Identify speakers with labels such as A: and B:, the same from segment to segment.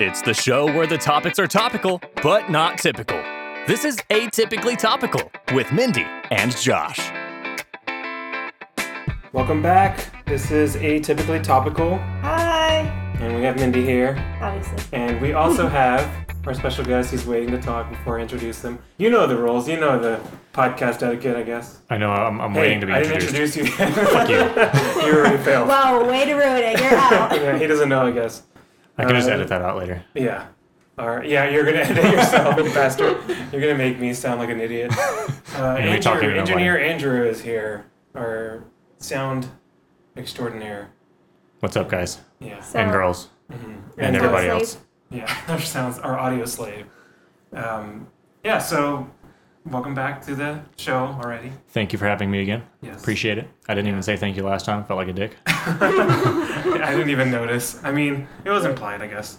A: It's the show where the topics are topical, but not typical. This is Atypically Topical with Mindy and Josh.
B: Welcome back. This is Atypically Topical,
C: Hi.
B: and we have Mindy here.
C: Obviously.
B: And we also have our special guest. He's waiting to talk before I introduce him. You know the rules. You know the podcast etiquette, I guess.
D: I know. I'm, I'm waiting to be
B: I didn't
D: introduced.
B: introduce you. Fuck you. you already failed.
C: Whoa, way to ruin it. You're out.
B: yeah, he doesn't know, I guess.
D: I can just
B: Uh,
D: edit that out later.
B: Yeah. All right. Yeah, you're gonna edit yourself, you bastard. You're gonna make me sound like an idiot. Uh,
D: you're talking to
B: Andrew,
D: nobody.
B: engineer Andrew is here. Our sound extraordinaire.
D: What's up, guys
B: Yeah.
C: So,
D: and girls
C: Mm-hmm.
D: and
B: And, uh,
D: everybody
C: slave.
D: else?
B: Yeah, our sounds, our audio slave. Um, yeah, so welcome back to the show already.
D: Thank you for having me again.
B: Yes.
D: Appreciate it. I didn't even say thank you last time. Felt like a dick.
B: I didn't even notice. I mean, it was implied, I guess.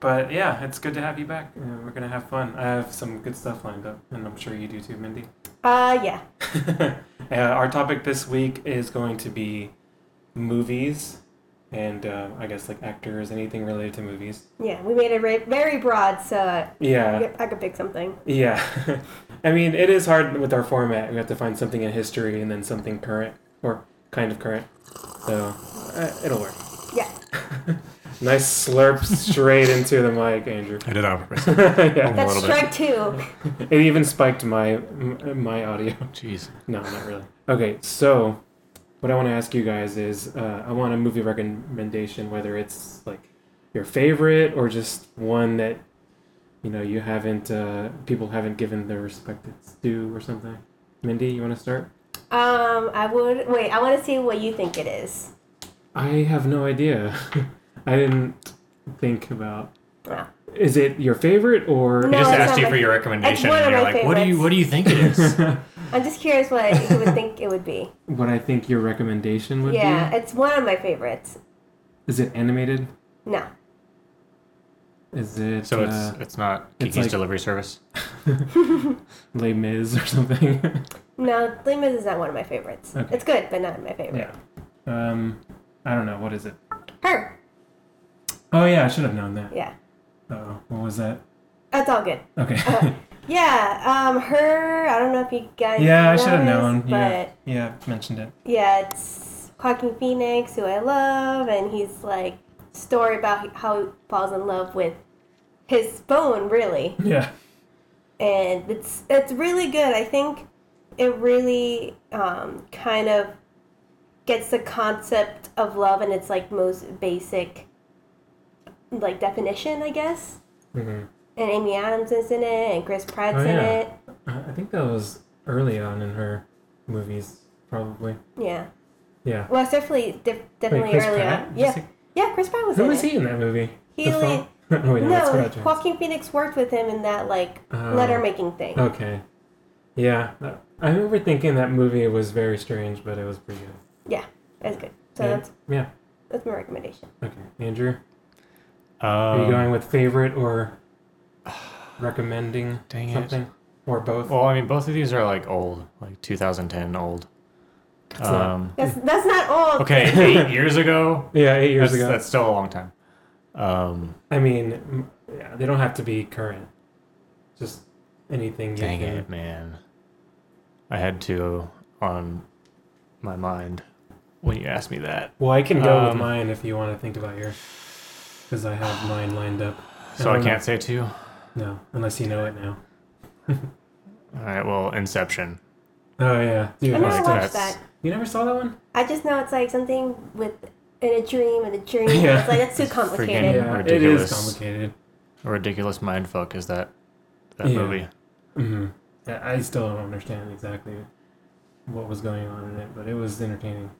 B: But yeah, it's good to have you back. Uh, we're gonna have fun. I have some good stuff lined up, and I'm sure you do too, Mindy.
C: Uh, yeah.
B: uh, our topic this week is going to be movies, and uh, I guess like actors, anything related to movies.
C: Yeah, we made it ra- very broad, so uh,
B: Yeah.
C: I I could pick something.
B: Yeah. I mean, it is hard with our format. We have to find something in history and then something current or kind of current. So uh, it'll work.
C: Yeah.
B: Nice slurp straight into the mic, Andrew.
D: I did on purpose.
B: yeah.
C: That's
D: little bit.
C: strike two.
B: It even spiked my m- my audio.
D: Oh, Jeez.
B: No, not really. Okay, so what I want to ask you guys is uh, I want a movie recommendation, whether it's like your favorite or just one that you know you haven't uh, people haven't given the respect it's due or something. Mindy, you want to start?
C: Um, I would wait. I want to see what you think it is.
B: I have no idea. I didn't think about. Is it your favorite or?
C: No,
D: I just
C: it's
D: asked
C: not
D: you
C: my-
D: for your recommendation,
C: one of
D: and you're
C: my
D: like, "What do you
C: favorites.
D: What do you think it is?"
C: I'm just curious what you would think it would be.
B: what I think your recommendation would
C: Yeah,
B: be?
C: it's one of my favorites.
B: Is it animated?
C: No.
B: Is it
D: so
B: uh,
D: it's it's not
B: it's
D: Kiki's
B: like-
D: delivery service.
B: Les Mis or something?
C: No, Les Mis is not one of my favorites.
B: Okay.
C: It's good, but not my favorite.
B: Yeah. Um, I don't know. What is it?
C: Her.
B: Oh, yeah, I should have known that.
C: Yeah.
B: Oh, what was that?
C: That's all good.
B: Okay.
C: Yeah. Um, her. Oh, I don't know if you guys.
B: yeah, I should have
C: noticed,
B: known.
C: But
B: Yeah. Yeah, mentioned it.
C: yeah, it's Joaquin Phoenix, who I love, and he's like story about how he falls in love with his phone, really,
B: Yeah.
C: and it's it's really good. I think it really um, kind of gets the concept of love and its like most basic like definition, I guess.
B: Mm-hmm.
C: And Amy Adams is in it, and Chris Pratt's
B: Oh,
C: in
B: yeah.
C: it.
B: I think that was early on in her movies, probably.
C: Yeah.
B: Yeah.
C: Well, it's definitely def- definitely
B: Chris
C: early
B: Pratt?
C: on.
B: Did you
C: Yeah,
B: say-
C: yeah, Chris Pratt was
B: Who
C: in
B: was
C: it.
B: he in that movie?
C: He
B: The
C: only-
B: phone- Wait, no, that's
C: no,
B: Roger.
C: Joaquin Phoenix worked with him in that like
B: Oh.
C: letter making thing.
B: Okay. Yeah. I remember thinking that movie was very strange, but it was pretty good.
C: Yeah, that's good. So
B: yeah.
C: that's
B: yeah.
C: that's my recommendation.
B: Okay. Andrew,
D: Um,
B: are you going with favorite or recommending
D: Dang it.
B: something? Or both?
D: Well, I mean, both of these are like old, like 2010 old.
B: not-
D: Um,
C: That's
B: Hmm.
C: that's not all.
D: okay, eight years ago.
B: Yeah, eight years
D: That's,
B: ago.
D: that's still a long time. Um,
B: I mean, m- yeah, they don't have to be current. Just anything you
D: Dang
B: can.
D: it, man. I had two on my mind when you asked me that.
B: Well, I can go with
D: Um,
B: mine if you want to think about yours, because I have mine lined up.
D: So I
B: don't
D: can't say two? All
B: know- No, unless you know it now.
D: right, well, Inception.
B: Oh yeah, dude.
C: I never
B: that's-
D: Like
C: watched
D: that's-
C: that.
B: You never saw that one?
C: I just know it's like something with in a dream and a dream.
B: Yeah.
C: It's like that's too complicated.
D: Yeah,
B: Yeah, it is
D: ridiculous.
B: complicated.
D: A ridiculous mindfuck is that that
B: Yeah.
D: movie.
C: Mm-hmm.
B: hmm I I still don't understand exactly what was going on in it, but it was entertaining.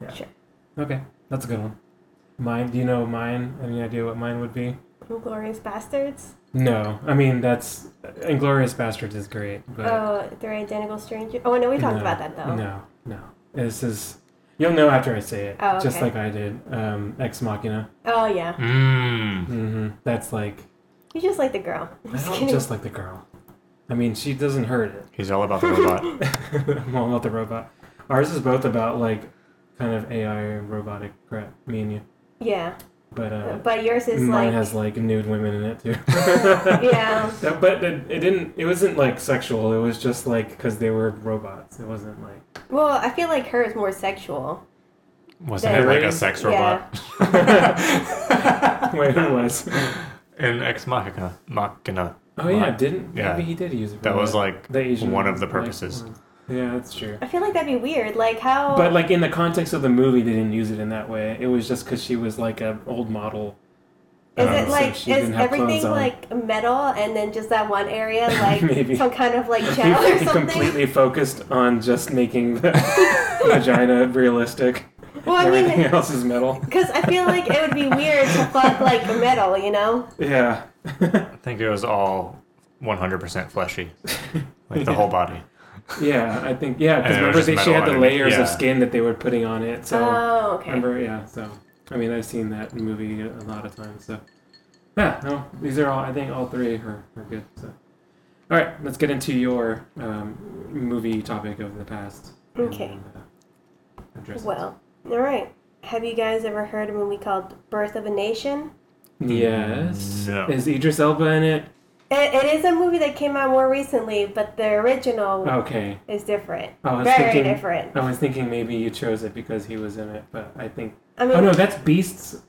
B: yeah.
C: Sure.
B: Okay, that's a good one. Mine? Do you know mine? Any idea what mine would be?
C: Glorious Bastards.
B: No, I mean that's Inglorious Bastards is great, but
C: Oh, Three Identical Strangers. Oh no, we talked
B: no,
C: about that though.
B: No, no, this is you'll know after I say it,
C: Oh,
B: just
C: okay.
B: like I did. Um, Ex Machina.
C: Oh yeah,
D: Mmm.
B: hmm That's like
C: you just like the girl. I'm
B: I
C: Mm-hmm. just
B: don't
C: kidding.
B: just like the girl. I mean, she doesn't hurt it.
D: He's all about the robot.
B: I'm all about the robot. Ours is both about like kind of AI robotic crap. Me and you.
C: Yeah,
B: But uh,
C: But yours is
B: mine
C: like,
B: has like nude women in it too.
C: yeah,
B: Yeah, but it, it didn't. It wasn't like sexual. It was just like because they were robots. It wasn't like
C: well, I feel like hers more sexual.
D: Wasn't it like
B: Very-
D: a sex
C: Yeah.
D: robot?
B: where it was.
D: In Ex Machina. Machina.
B: Oh yeah, didn't
D: Yeah.
B: maybe he did use it. for
D: That was like uh,
B: the Asian
D: one of the
B: like,
D: purposes.
B: one. yeah, that's true.
C: I feel like that'd be weird. Like how?
B: But like in the context of the movie, they didn't use it in that way. It was just because she was like a old model.
C: Is
B: Um,
C: it
B: so
C: like
B: she
C: is
B: didn't have
C: everything
B: clothes on.
C: like metal and then just that one area like
B: Maybe.
C: some kind of like
B: He,
C: gel or
B: he
C: something?
B: completely focused on just making the vagina realistic.
C: well, I
B: Everything
C: mean,
B: else is metal.
C: because I feel like it would be weird to fuck like metal, you know?
B: Yeah.
D: I think it was all 100% fleshy. Like the whole body.
B: Yeah, I think yeah, because
D: And it was
B: remember
D: just
B: they, she
D: metal
B: had the
D: underneath,
B: layers
D: yeah.
B: of skin that they were putting on it. So
C: oh, okay.
B: remember, yeah. So I mean, I've seen that movie a lot of times. So yeah, no, these are all. I think all three are, are good. So all right, let's get into your um, movie topic of the past. and
C: Okay.
B: then, uh, address it.
C: Well, all right. Have you guys ever heard of a movie called Birth of a Nation?
B: yes.
D: No.
B: Is Idris Elba in it?
C: It, it is a movie that came out more recently, but the original
B: Okay.
C: is different.
B: Oh. I was
C: Very
B: thinking.
C: different.
B: I was thinking maybe you chose it because he was in it, but I think.
C: I mean,
B: Oh no, that's Beasts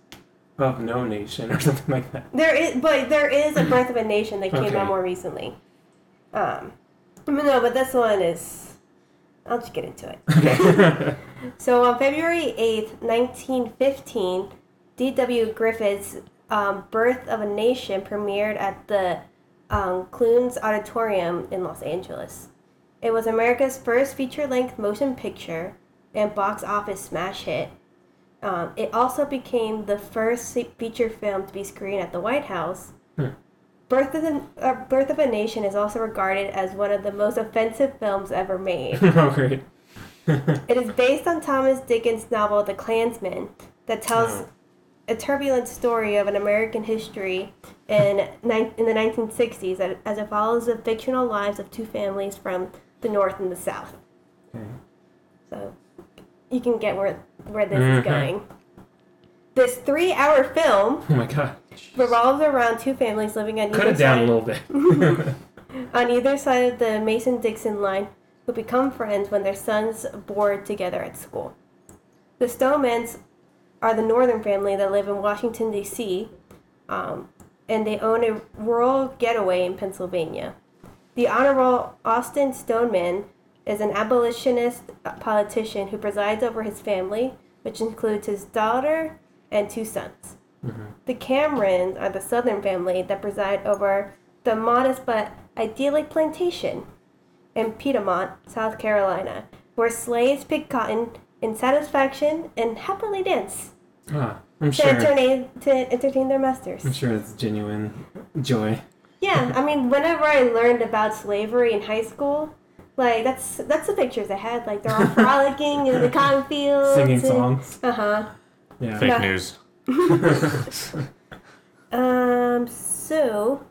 B: of No Nation or something like that.
C: There is, but there is a Birth of a Nation that came
B: Okay.
C: out more recently. Um, I mean, no, but this one is. I'll just get into it.
B: Okay.
C: So on February eighth, nineteen fifteen, D.W. Griffith's um, "Birth of a Nation" premiered at the um, Clunes Auditorium in Los Angeles. It was America's first feature-length motion picture and box office smash hit. Um, it also became the first se- feature film to be screened at the White House.
B: Hmm.
C: Birth of, the, uh, Birth of a Nation is also regarded as one of the most offensive films ever made.
B: oh great. Oh
C: It is based on Thomas Dickens' novel *The Klansman*, that tells
B: Oh.
C: a turbulent story of an American history in nine in the 1960s, that- as it follows the fictional lives of two families from the North and the South.
B: Okay.
C: So you can get where where this
B: Mhm.
C: is going. This three-hour film
B: Oh my god.
C: revolves around two families living on
B: Cut
C: either
B: it down a
C: side
B: little bit.
C: on either side of the Mason-Dixon line, who become friends when their sons board together at school. The Stowmans are the northern family that live in Washington, D.C., um, and they own a rural getaway in Pennsylvania. The Honorable Austin Stoneman is an abolitionist politician who presides over his family, which includes his daughter and two sons. The Camerons are the southern family that preside over the modest but idyllic plantation in Piedmont, South Carolina, where slaves pick cotton in satisfaction and happily dance
B: ah, I'm
C: to,
B: sure.
C: entertain, to entertain their masters.
B: I'm sure it's genuine joy.
C: Yeah, I mean, whenever I learned about slavery in high school, like that's that's the pictures I had. Like they're all frolicking in the cotton fields,
B: Singing songs.
C: Uh huh.
B: Yeah.
D: Fake
C: Yeah.
D: news.
C: Um. So,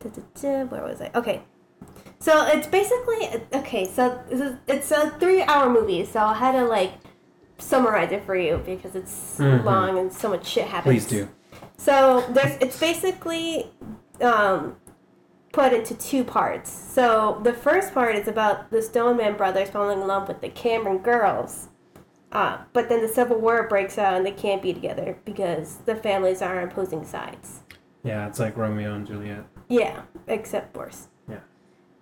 C: duh, duh, duh, where was I? Okay. So it's basically okay. So this is- it's a three-hour movie. So I had to like summarize it for you because it's
B: Mhm.
C: long and so much shit happens.
B: Please do.
C: So there's it's basically um, put into two parts. So the first part is about the Stoneman brothers falling in love with the Cameron girls. Uh, but then the Civil War breaks out and they can't be together because the families are on opposing sides.
B: Yeah, it's like Romeo and Juliet.
C: Yeah, except worse.
B: Yeah.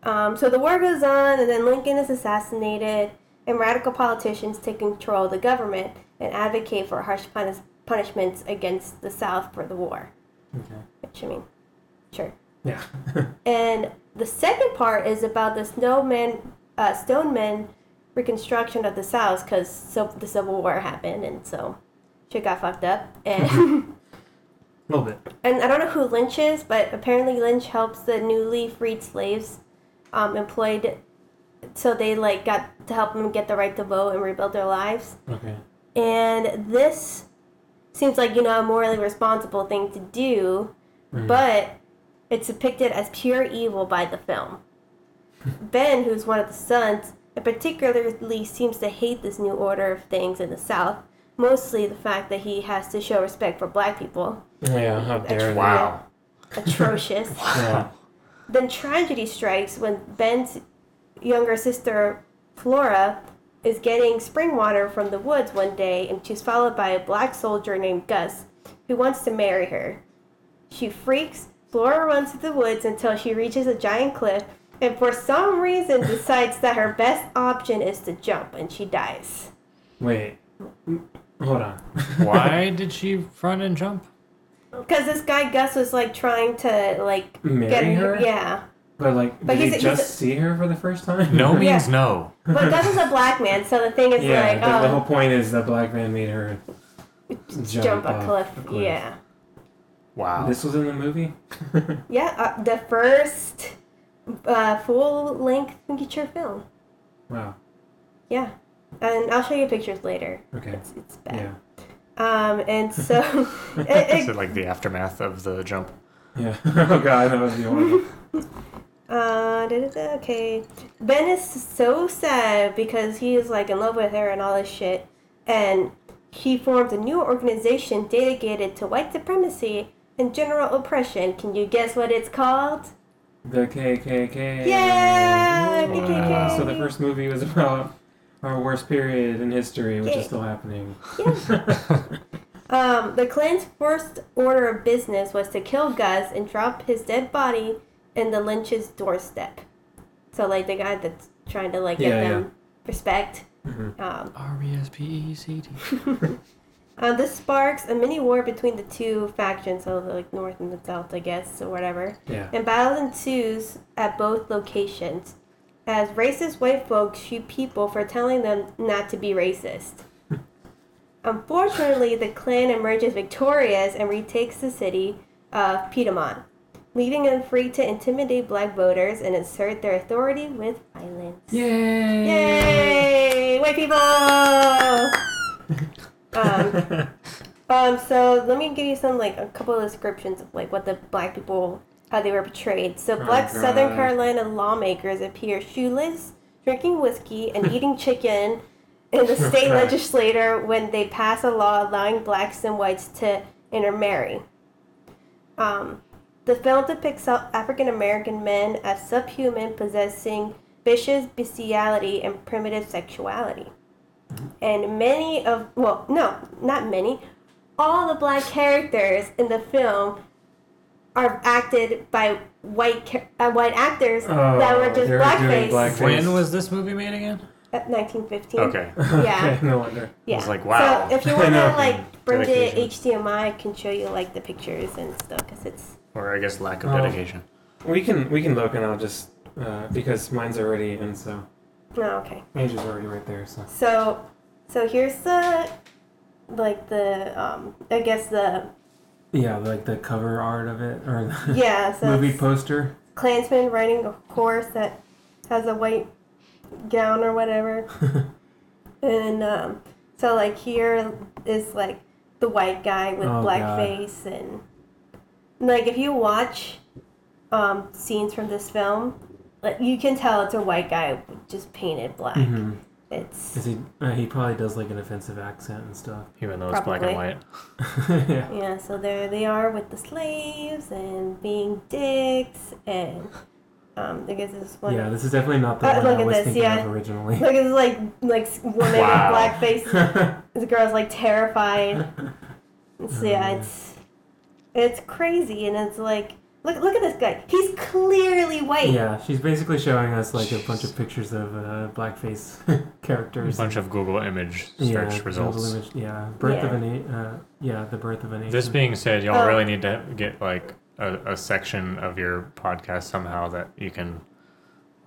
C: Um, so the war goes on, and then Lincoln is assassinated, and radical politicians take control of the government and advocate for harsh punish- punishments against the South for the war.
B: Okay.
C: Which I mean, sure.
B: Yeah.
C: And the second part is about the snowman, uh, stone men reconstruction of the South because so the Civil War happened and so shit got fucked up. And
B: a little bit.
C: and I don't know who Lynch is, but apparently Lynch helps the newly freed slaves um, employed, so they like got to help them get the right to vote and rebuild their lives.
B: Okay.
C: And this seems like, you know, a morally responsible thing to do, but it's depicted as pure evil by the film. ben, who's one of the sons, and particularly seems to hate this new order of things in the South, mostly the fact that he has to show respect for black people.
B: Yeah, how dare they.
D: Wow.
C: Atrocious.
B: Yeah.
C: then tragedy strikes when Ben's younger sister, Flora, is getting spring water from the woods one day and she's followed by a black soldier named Gus who wants to marry her. She freaks. Flora runs to the woods until she reaches a giant cliff and for some reason decides that her best option is to jump and she dies.
B: Wait. Hold on.
D: Why did she run and jump?
C: Because this guy Gus was like trying to like get
B: Marry her?
C: Yeah.
B: But like,
C: But
B: did
C: he's-
B: he
C: he's
B: just
C: a-
B: see her for the first time?
D: No
C: Yeah.
D: means no.
C: But Gus is a black man, so the thing is
B: Yeah,
C: like,
B: the, the
C: oh,
B: whole point is the black man made her
C: jump, a,
B: off
C: cliff.
B: a cliff.
C: Yeah.
D: Wow.
B: This was in the movie.
C: Yeah, uh, the first uh, full length feature film.
B: wow.
C: Yeah. And I'll show you pictures later.
B: Okay.
C: It's, it's
B: Yeah.
C: bad. Um, and so it,
D: Is it like the aftermath of the jump?
B: Yeah. oh god, that was the one.
C: Uh, da, da, da, okay. Ben is so sad because he is like in love with her and all this shit, and he formed a new organization dedicated to white supremacy and general oppression. Can you guess what it's called?
B: The KKK.
C: Yeah, KKK.
B: So the first movie was about our worst period in history, which is still happening.
C: Um, the Klan's first order of business was to kill Gus and drop his dead body in the lynch's doorstep. So like the guy that's trying to like get
B: Yeah,
C: them respect.
B: Mhm.
C: Um,
D: R E S P E C T.
C: Uh, this sparks a mini war between the two factions, so the, like North and the South, I guess, or whatever.
B: Yeah.
C: And battle ensues at both locations, as racist white folks shoot people for telling them not to be racist. Unfortunately, the Klan emerges victorious and retakes the city of Piedmont, leaving them free to intimidate black voters and assert their authority with violence. Yay! White people! um, um, so let me give you some, like, a couple of descriptions of, like, what the black people, how they were portrayed. So, black
B: God.
C: Southern Carolina lawmakers appear shoeless, drinking whiskey, and eating chicken in the state
B: Right.
C: legislature when they pass a law allowing blacks and whites to intermarry. Um, the film depicts African American men as subhuman, possessing vicious bestiality and primitive sexuality. And many of, well, no, not many, all the black characters in the film are acted by white cha- uh, white actors
B: Oh,
C: that were just
B: they were doing
C: blackface.
B: blackface.
D: When was this movie made again?
C: at 1915.
D: Okay.
C: Yeah.
B: okay, no wonder.
C: Yeah.
D: was like, wow.
C: So if you
B: I
C: want
B: know.
C: to like bring the
D: Dedication.
C: HDMI, I can show you like the pictures and stuff because it's
D: Or I guess lack of
B: Oh.
D: dedication.
B: We can we can look and I'll just uh, because mine's already in so
C: no okay.
B: Andrew's already right there so
C: So, so here's the, like the um, I guess the
B: yeah like the cover art of it or the
C: yeah. So
B: movie
C: it's
B: poster
C: Klansman riding a horse that has a white gown or whatever, and um, so like here is like the white guy with
B: Oh,
C: black
B: God.
C: face and like if you watch um, scenes from this film, like you can tell it's a white guy just painted black.
B: Mhm.
C: It's
B: is he uh, he probably does like an offensive accent and stuff
D: Even though it's black and
C: Probably.
D: white.
B: yeah
C: Yeah, so there they are with the slaves and being dicks and um, I guess this one.
B: yeah this is definitely not the
C: Uh,
B: one
C: look
B: I
C: at
B: was
C: this,
B: thinking
C: yeah.
B: of originally
C: Like it's like like woman
D: Wow.
C: with blackface. This girl's like terrified. so yeah,
B: Oh,
C: it's it's crazy and it's like look look at this guy. He's clearly white.
B: yeah she's basically showing us like a bunch of pictures of uh, blackface
D: A
B: characters
D: bunch of Google image
B: yeah,
D: search
B: Google
D: results.
B: image- yeah birth of
C: Yeah.
B: an a- uh, yeah the birth of an nation
D: This being said, y'all
C: Oh.
D: really need to get like a, a section of your podcast somehow that you can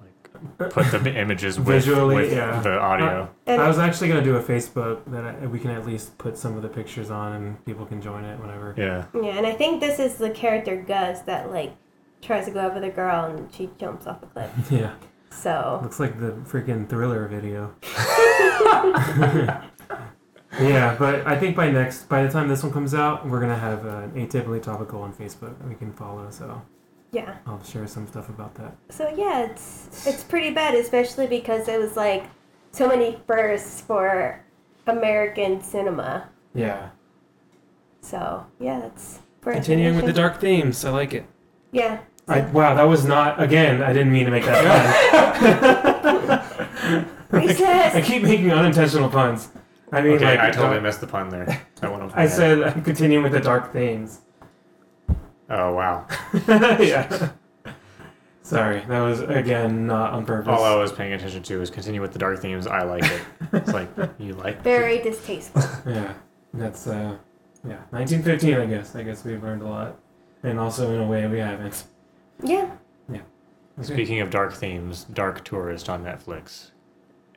D: like put the images with,
B: Visually,
D: with
B: yeah. Uh,
D: the audio.
C: And
B: I was actually gonna do a Facebook that I, we can at least put some of the pictures on and people can join it whenever.
D: Yeah.
C: yeah, and I think this is the character Gus that like tries to go over the girl and she jumps off a cliff.
B: Yeah,
C: So
B: looks like the freaking thriller video. yeah, but I think by next, by the time this one comes out, we're gonna have uh, an atypically topical on Facebook that we can follow. So
C: yeah.
B: I'll share some stuff about that.
C: So yeah, it's it's pretty bad, especially because it was like so many firsts for American cinema.
B: Yeah.
C: So yeah, that's for
B: Continuing with the
C: information.
B: dark themes. I like it.
C: Yeah,
B: I, wow, that was not, again, I didn't mean to make that pun.
C: Recess.
B: I keep making unintentional puns. I mean,
D: Okay,
B: like,
D: I totally missed the pun there. That went over my
B: I
D: head.
B: said I'm continuing with the dark themes.
D: Oh wow!
B: yeah. Sorry, that was, again, not on purpose.
D: All I was paying attention to was continue with the dark themes. I like it. It's like you like
C: very distasteful.
B: Yeah, that's uh, yeah, 1915. I guess. I guess we've learned a lot, and also in a way we haven't.
C: Yeah,
D: Speaking of dark themes, Dark Tourist on Netflix.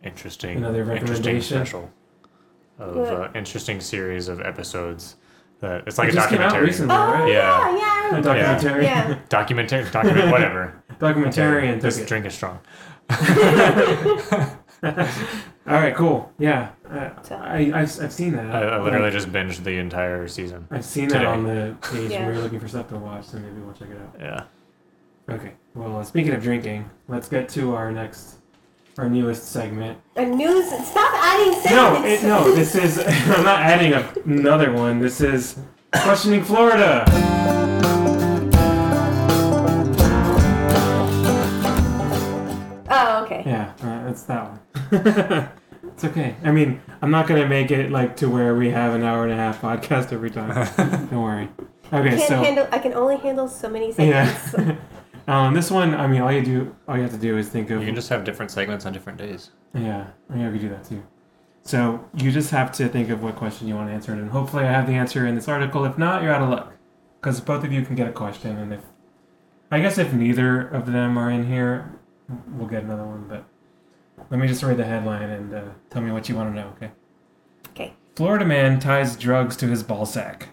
D: Interesting.
B: Another
D: interesting
B: recommendation.
D: special of
C: What?
D: uh, interesting series of episodes. That it's like
B: it
D: a
B: just came out
D: documentary.
B: recently,
C: Oh
B: right?
C: yeah,
D: Yeah.
C: yeah. I
B: A
C: remember that.
B: documentary.
C: Yeah.
D: Documentary, document, whatever.
B: Documentarian
D: This
B: took it.
D: drink is strong.
B: All right, cool. Yeah, uh,
C: So-
B: I, I I've, I've seen that.
D: I, I literally just binged the entire season.
B: I've seen
D: today.
B: that on the page
C: Yeah.
B: when we were looking for stuff to watch, so maybe we'll check it out.
D: Yeah.
B: Okay. Well, uh, speaking of drinking, let's get to our next, our newest segment.
C: A news. Stop adding
B: No,
C: sentences.
B: it, no. This is. I'm not adding a, another one. This is questioning Florida.
C: Oh okay.
B: Yeah, uh, it's that one. it's okay. I mean, I'm not gonna make it like to where we have an hour and a half podcast every time. Don't worry. Okay,
C: Can't
B: so
C: handle. I can only handle so many sentences.
B: yeah, um, this one. I mean, all you do, all you have to do is think of
D: You can just have different segments on different days.
B: yeah. I mean, we could do that too. So you just have to think of what question you want answered, and hopefully, I have the answer in this article. If not, you're out of luck, because both of you can get a question, and if I guess if neither of them are in here, we'll get another one. But let me just read the headline and uh, tell me what you want to know. Okay.
C: Okay.
B: Florida man ties drugs to his ball sack.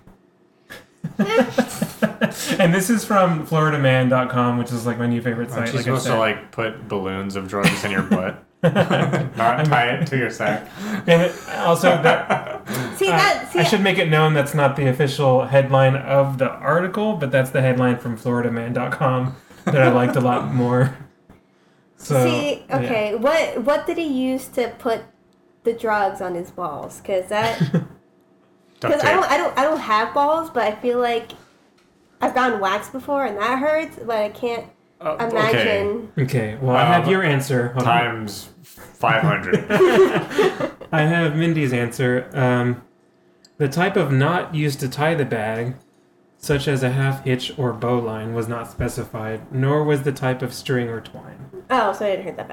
B: and this is from floridaman.com, which is like my new favorite
D: Aren't
B: site.
D: you
B: like I
D: supposed
B: said.
D: to like put balloons of drugs in your butt? Not tie it to your sack.
B: And also, that,
C: See that. See,
B: Uh, I should make it known that's not the official headline of the article, but that's the headline from floridaman.com that I liked a lot more. So,
C: see.
B: yeah.
C: Okay. What What did he use to put the drugs on his balls? Because that.
D: Duct
C: Because I
D: tape.
C: don't, I don't, I don't have balls, but I feel like I've gotten waxed before and that hurts, but I can't
D: Uh, Okay.
C: imagine.
B: Okay, well, I have
D: Um,
B: your answer. Hold on.
D: Times five hundred.
B: I have Mindy's answer. Um, the type of knot used to tie the bag, such as a half hitch or bowline, was not specified, nor was the type of string or twine.
C: Oh, so I didn't hurt that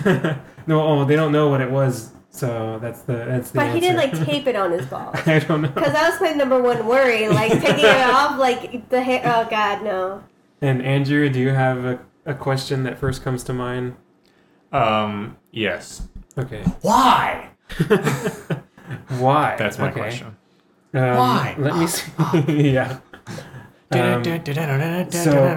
C: bad.
B: no, oh, they don't know what it was, so that's the that's the
C: But
B: answer.
C: he did like tape it on his balls.
B: I don't know.
C: Because that was my number one worry, like taking it off, like the hair. Oh God, no.
B: And Andrew, do you have a, a question that first comes to mind?
D: Um. Yes.
B: Okay.
D: Why?
B: Why?
D: That's my
B: Okay.
D: question.
B: Um,
D: Why?
B: Let me see. yeah. Um, So,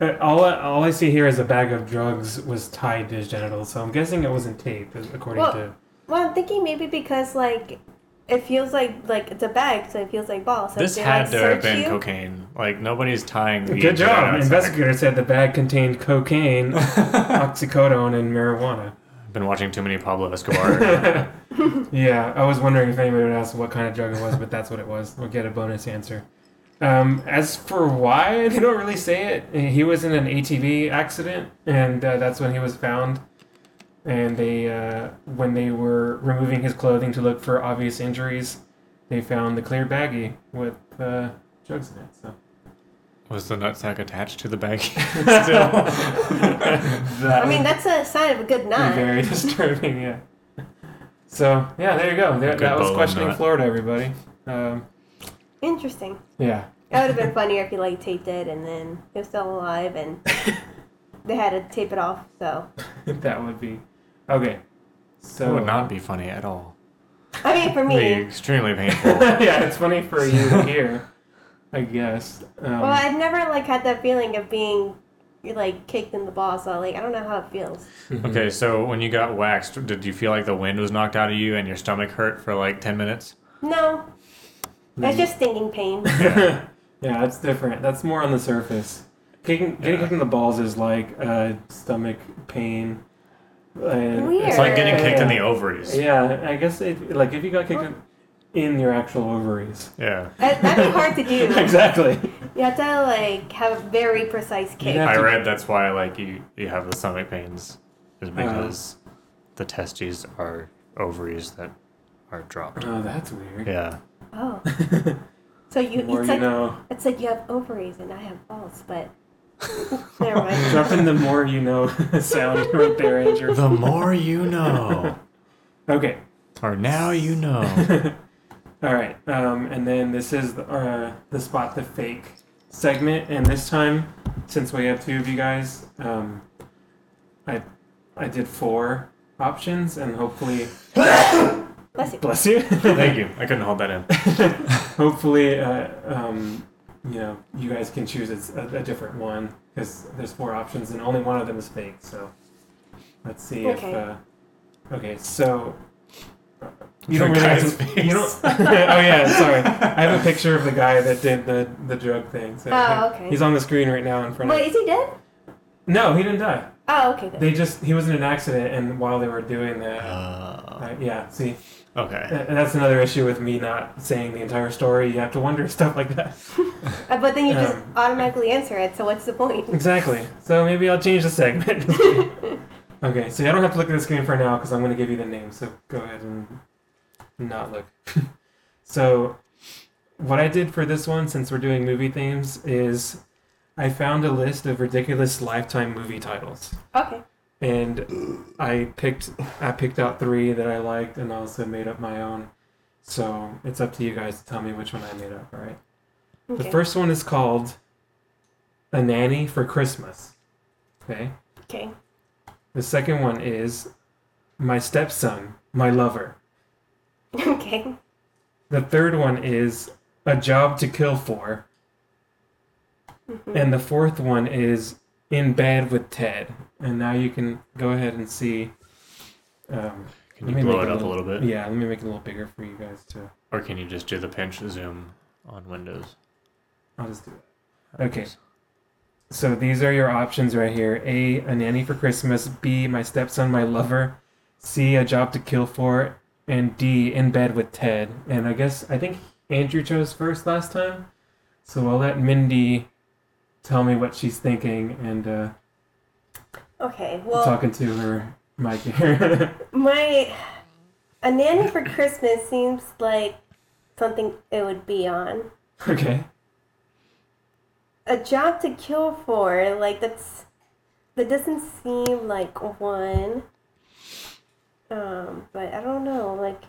B: uh, all I- all I see here is a bag of drugs was tied to his genitals, so I'm guessing it wasn't tape, as- according
C: Well-
B: to.
C: Well, I'm thinking maybe because like it feels like like it's a bag, so it feels like balls. So
D: this
C: if they,
D: had
C: like,
D: to have
C: search
D: been
C: you-
D: cocaine. Like nobody's tying. weed
B: Good
D: to their
B: job.
D: outside.
B: Investigator said the bag contained cocaine, oxycodone, and marijuana.
D: I've been watching too many Pablo Escobar.
B: Yeah, I was wondering if anybody would ask what kind of drug it was, but that's what it was. We'll get a bonus answer. Um, as for why, they don't really say it. He was in an ATV accident, and uh, that's when he was found. And they, uh, when they were removing his clothing to look for obvious injuries, they found the clear baggie with uh, drugs in it. So
D: Was the nutsack attached to the bag?
C: I mean, that's a sign of a good nut.
B: very disturbing, yeah. So yeah, there you go. There,
D: Good
B: that was
D: bowling
B: questioning
D: nut.
B: Florida, everybody. Um,
C: Interesting.
B: yeah.
C: That would have been funnier if he like taped it and then it was still alive and they had to tape it off. So
B: that would be okay.
D: That
B: So
D: would not be funny at all.
C: I mean, for
D: It'd be
C: me,
D: extremely painful.
B: yeah, it's funny for you to hear, I guess. Um,
C: well, I've never like had that feeling of being like kicked in the balls. So like I don't know how it feels.
D: Okay, so when you got waxed, did you feel like the wind was knocked out of you and your stomach hurt for like 10 minutes?
C: No, it's just stinging pain.
B: yeah, that's different. That's more on the surface. Kicking, getting
D: Yeah.
B: kicked in the balls is like uh, stomach pain, And
C: Weird.
D: It's like getting kicked in the ovaries.
B: Yeah, I guess it, like if you got kicked in your actual ovaries.
D: Yeah.
C: That- That'd be hard to do.
B: Exactly.
C: You have to like have a very precise kick.
B: Yeah.
D: I read that's why like you you have the stomach pains is because the testes are ovaries that are dropped.
B: Oh, that's weird.
D: Yeah.
C: Oh, so you
B: The more
C: it's
B: you
C: like
B: know.
C: it's like you have ovaries and I have balls, but never mind.
B: Dropping the more you know sound right there, Andrew.
D: The more you know,
B: Okay.
D: or now you know.
B: All right, um, and then this is the, uh, the spot the fake segment, and this time, since we have two of you guys, um, I I did four options, and hopefully,
C: Bless you.
B: bless you.
D: Thank you. I couldn't hold that in.
B: hopefully, uh, um, you know, you guys can choose a, a, a different one because there's four options, and only one of them is fake. So, let's see
C: Okay.
B: if. Uh, okay, so. uh, You
D: Your
B: don't really
D: guy's
B: have to,
D: face.
B: you don't, oh yeah, sorry. I have a picture of the guy that did the, the drug thing. So
C: Oh, okay.
B: He's on the screen right now in front
C: Wait,
B: of.
C: is he dead?
B: No, he didn't die.
C: Oh, okay then.
B: They just he was in an accident, and while they were doing that,
D: Uh,
B: I- yeah. See,
D: okay.
B: and that's another issue with me not saying the entire story. You have to wonder stuff like that.
C: Uh, but then you just
B: Um,
C: automatically answer it. So what's the point?
B: Exactly. So maybe I'll change the segment. okay, so I don't have to look at the screen for now because I'm going to give you the name. So go ahead and not look. so, what I did for this one, since we're doing movie themes, is I found a list of ridiculous lifetime movie titles,
C: Okay.
B: and I picked I picked out three that I liked, and also made up my own. So it's up to you guys to tell me which one I made up. All right. The
C: Okay.
B: first one is called A Nanny for Christmas. Okay.
C: okay.
B: The second one is My Stepson, My Lover.
C: Okay.
B: The third one is A Job to Kill For. And the fourth one is In Bed with Ted. And now you can go ahead and see. Um,
D: Can
B: let
D: you
B: me
D: blow
B: make
D: it up a little bit?
B: Yeah, let me make it a little bigger for you guys too.
D: Or can you just do the pinch zoom on Windows?
B: I'll just do that. Okay. So these are your options right here: A, a nanny for Christmas; B, my stepson, my lover; C, a job to kill for; and D, in bed with Ted. And I guess I think Andrew chose first last time, so I'll let Mindy tell me what she's thinking and uh,
C: Okay. Well,
B: talking to her mic here.
C: my a nanny for Christmas seems like something it would be on.
B: okay.
C: A job to kill for, like that's that doesn't seem like one. Um, but I don't know, like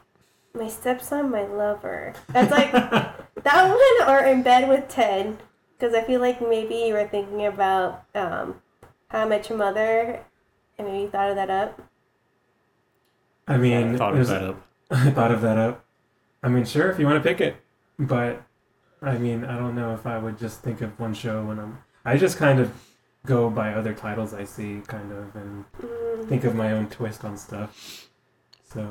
C: my stepson, my lover. That's like that one or in bed with Ted, because I feel like maybe you were thinking about um, how I met your mother, and maybe you thought of that up.
B: I mean,
D: Thought of
B: there's-
D: that up.
B: I thought of that up. I mean, sure, if you want to pick it, but I mean, I don't know if I would just think of one show when I'm. I just kind of go by other titles I see, kind of, and
C: Mm,
B: think of my own twist on stuff. So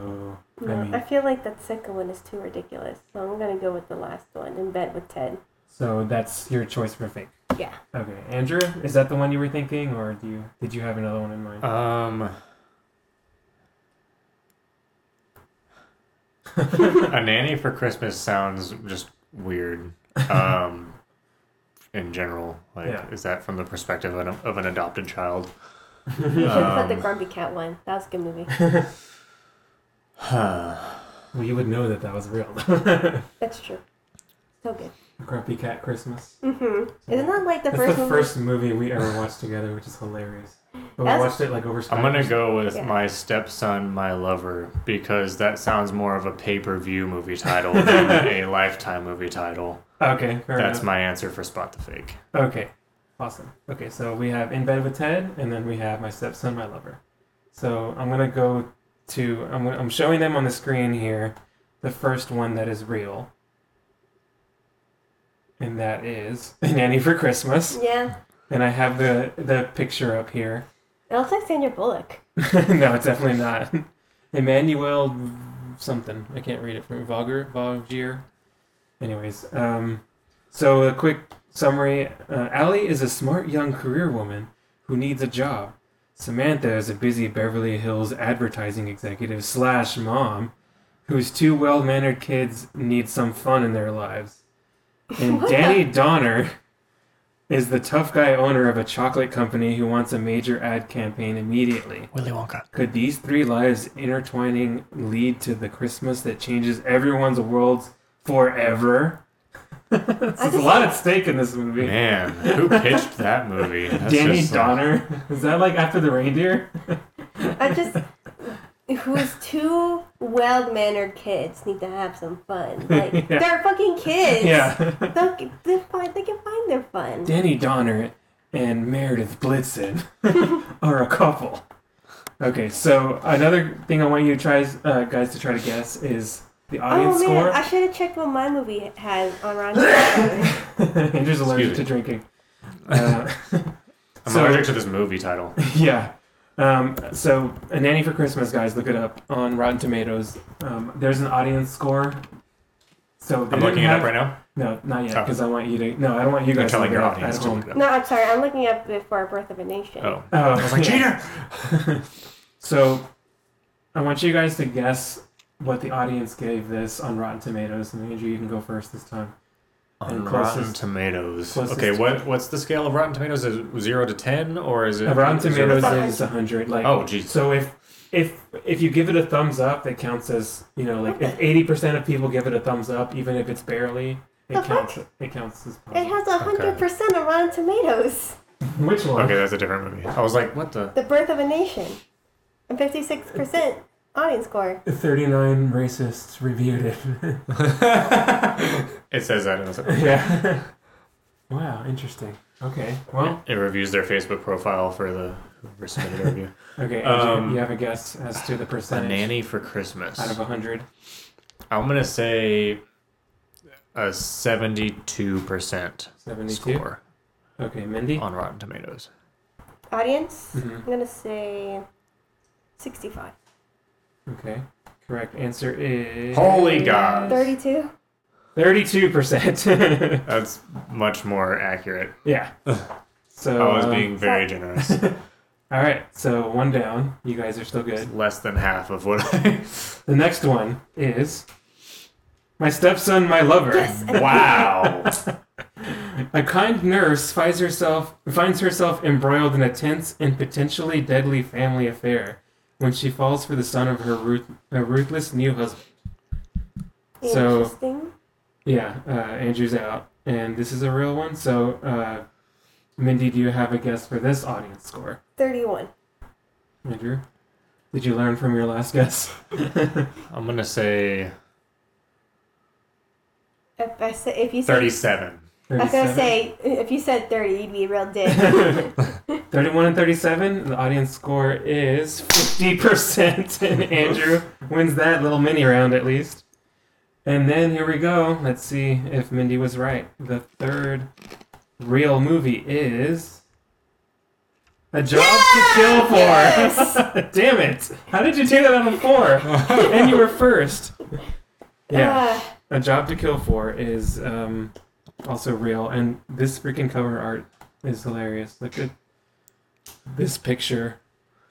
C: No,
B: I
C: I
B: mean,
C: feel like that second one is too ridiculous, so I'm gonna go with the last one in bed with Ted.
B: so that's your choice for fake.
C: Yeah.
B: Okay, Andrew, is that the one you were thinking, or do you did you have another one in mind?
D: Um. a nanny for Christmas sounds just weird. Um, in general, like,
B: Yeah.
D: is that from the perspective of an, of an adopted child?
C: You should have
B: Um,
C: put the Grumpy Cat one. That was a good movie.
B: Well, you would know that that was real.
C: That's true. So good.
B: Grumpy Cat Christmas.
C: Isn't that like the
B: That's
C: first
B: the
C: movie?
B: first movie we ever watched together, which is hilarious. But we
C: That's-
B: watched it like over.
D: I'm gonna go with
C: Yeah.
D: my stepson, my lover, because that sounds more of a pay-per-view movie title than a lifetime movie title.
B: Okay, fair
D: That's
B: enough.
D: my answer for Spot the Fake.
B: Okay. Awesome. Okay, so we have In Bed with Ted, and then we have My Stepson, My Lover. So I'm gonna go to I'm gonna, I'm showing them on the screen here, the first one that is real, and that is Nanny for Christmas.
C: Yeah.
B: And I have the the picture up here.
C: It looks like Sandra Bullock.
B: no, it's definitely not. Emmanuel something. I can't read it from Vogger Vogier. Anyways, um, so a quick summary. Uh, Allie is a smart young career woman who needs a job. Samantha is a busy Beverly Hills advertising executive slash mom whose two well mannered kids need some fun in their lives. And Danny Donner is the tough guy owner of a chocolate company who wants a major ad campaign immediately.
D: Willy Wonka.
B: Could these three lives intertwining lead to the Christmas that changes everyone's worlds forever? There's a lot at stake in this movie.
D: Man, who pitched that movie? That's
B: Danny
D: just, like,
B: Donner. Is that like after the reindeer?
C: I just who's two well mannered kids need to have some fun. Like
B: Yeah.
C: they're fucking kids.
B: yeah.
C: They'll, they find they can find their fun.
B: Danny Donner and Meredith Blitzen are a couple. Okay, so another thing I want you to try, uh, guys to try to guess is the audience
C: Oh man,
B: score.
C: I should have checked what my movie has on Rotten Tomatoes.
B: Andrew's allergic
D: me.
B: to drinking. Uh,
D: I'm
B: So-
D: allergic to this movie title.
B: yeah. Um, so, A Nanny for Christmas, guys, look it up on Rotten Tomatoes. Um, there's an audience score. So they
D: I'm
B: didn't
D: looking it
B: have,
D: up right now.
B: No, not yet,
D: Oh.
B: because I want you to. No, I don't want you
D: I'm
B: guys to
D: telling
B: look
D: your
B: it up
D: audience
B: at
D: to look
B: home.
D: it up.
C: no, I'm sorry. I'm looking up before Birth of a Nation.
D: Oh.
B: Oh,
D: I was like,
B: yeah.
D: cheater!
B: So, I want you guys to guess what the audience gave this on Rotten Tomatoes. And Andrew, you can go first this time.
D: On
B: And
D: Rotten
B: closest-
D: Tomatoes.
B: closest
D: okay,
B: to-
D: what what's the scale of Rotten Tomatoes? Is it zero to ten, or is it
B: Uh, Rotten
D: zero to
B: Tomatoes
D: five?
B: is hundred. Like,
D: Oh, geez.
B: So if if if you give it a thumbs up, it counts as you know, like if eighty percent of people give it a thumbs up, even if it's barely, it
C: The fuck?
B: counts. It counts as.
C: It
B: Positive.
C: has a hundred percent on Rotten Tomatoes.
B: Which one?
D: Okay, that's a different movie. I was like, what the?
C: The Birth of a Nation, and fifty six percent audience score.
B: Thirty-nine racists reviewed it.
D: It says that. and I was like,
B: yeah. wow. Interesting. Okay. Well.
D: It reviews their Facebook profile for the whoever submitted a review.
B: Okay. Andrew,
D: Um,
B: you have a guess as to the
D: A
B: percentage
D: nanny for Christmas.
B: out of hundred.
D: I'm gonna say a 72 percent
B: 72?
D: score
B: Okay, Mindy.
D: on Rotten Tomatoes.
C: Audience,
B: Mhm.
C: I'm gonna say sixty five.
B: Okay. Correct answer is
D: Holy God,
C: Thirty two.
B: thirty-two percent.
D: that's much more accurate.
B: yeah. So
D: I was
B: uh,
D: being very generous.
B: All right, so one down. You guys are still good.
D: Less than half of what I.
B: The next one is my stepson, my lover.
C: Yes.
D: wow.
B: A kind nurse finds herself finds herself embroiled in a tense and potentially deadly family affair when she falls for the son of her ruth- uh, ruthless new husband. So-
C: Interesting.
B: Yeah, uh, Andrew's out, and this is a real one. So, uh, Mindy, do you have a guess for this audience score?
C: Thirty one.
B: Andrew, did you learn from your last guess?
D: I'm gonna say
C: If I say, if you said
D: 37.
C: I was gonna
B: 37?
C: say if you said thirty, you'd be a real dick.
B: 31 and 37. The audience score is 50%. And Andrew wins that little mini round at least. And then here we go. Let's see if Mindy was right. The third real movie is. A job to kill for.
C: Yes!
B: Damn it. How did you do that on the four? and you were first. Yeah.
C: Ah,
B: A Job to Kill For is um, also real, and this freaking cover art is hilarious. Look at this picture.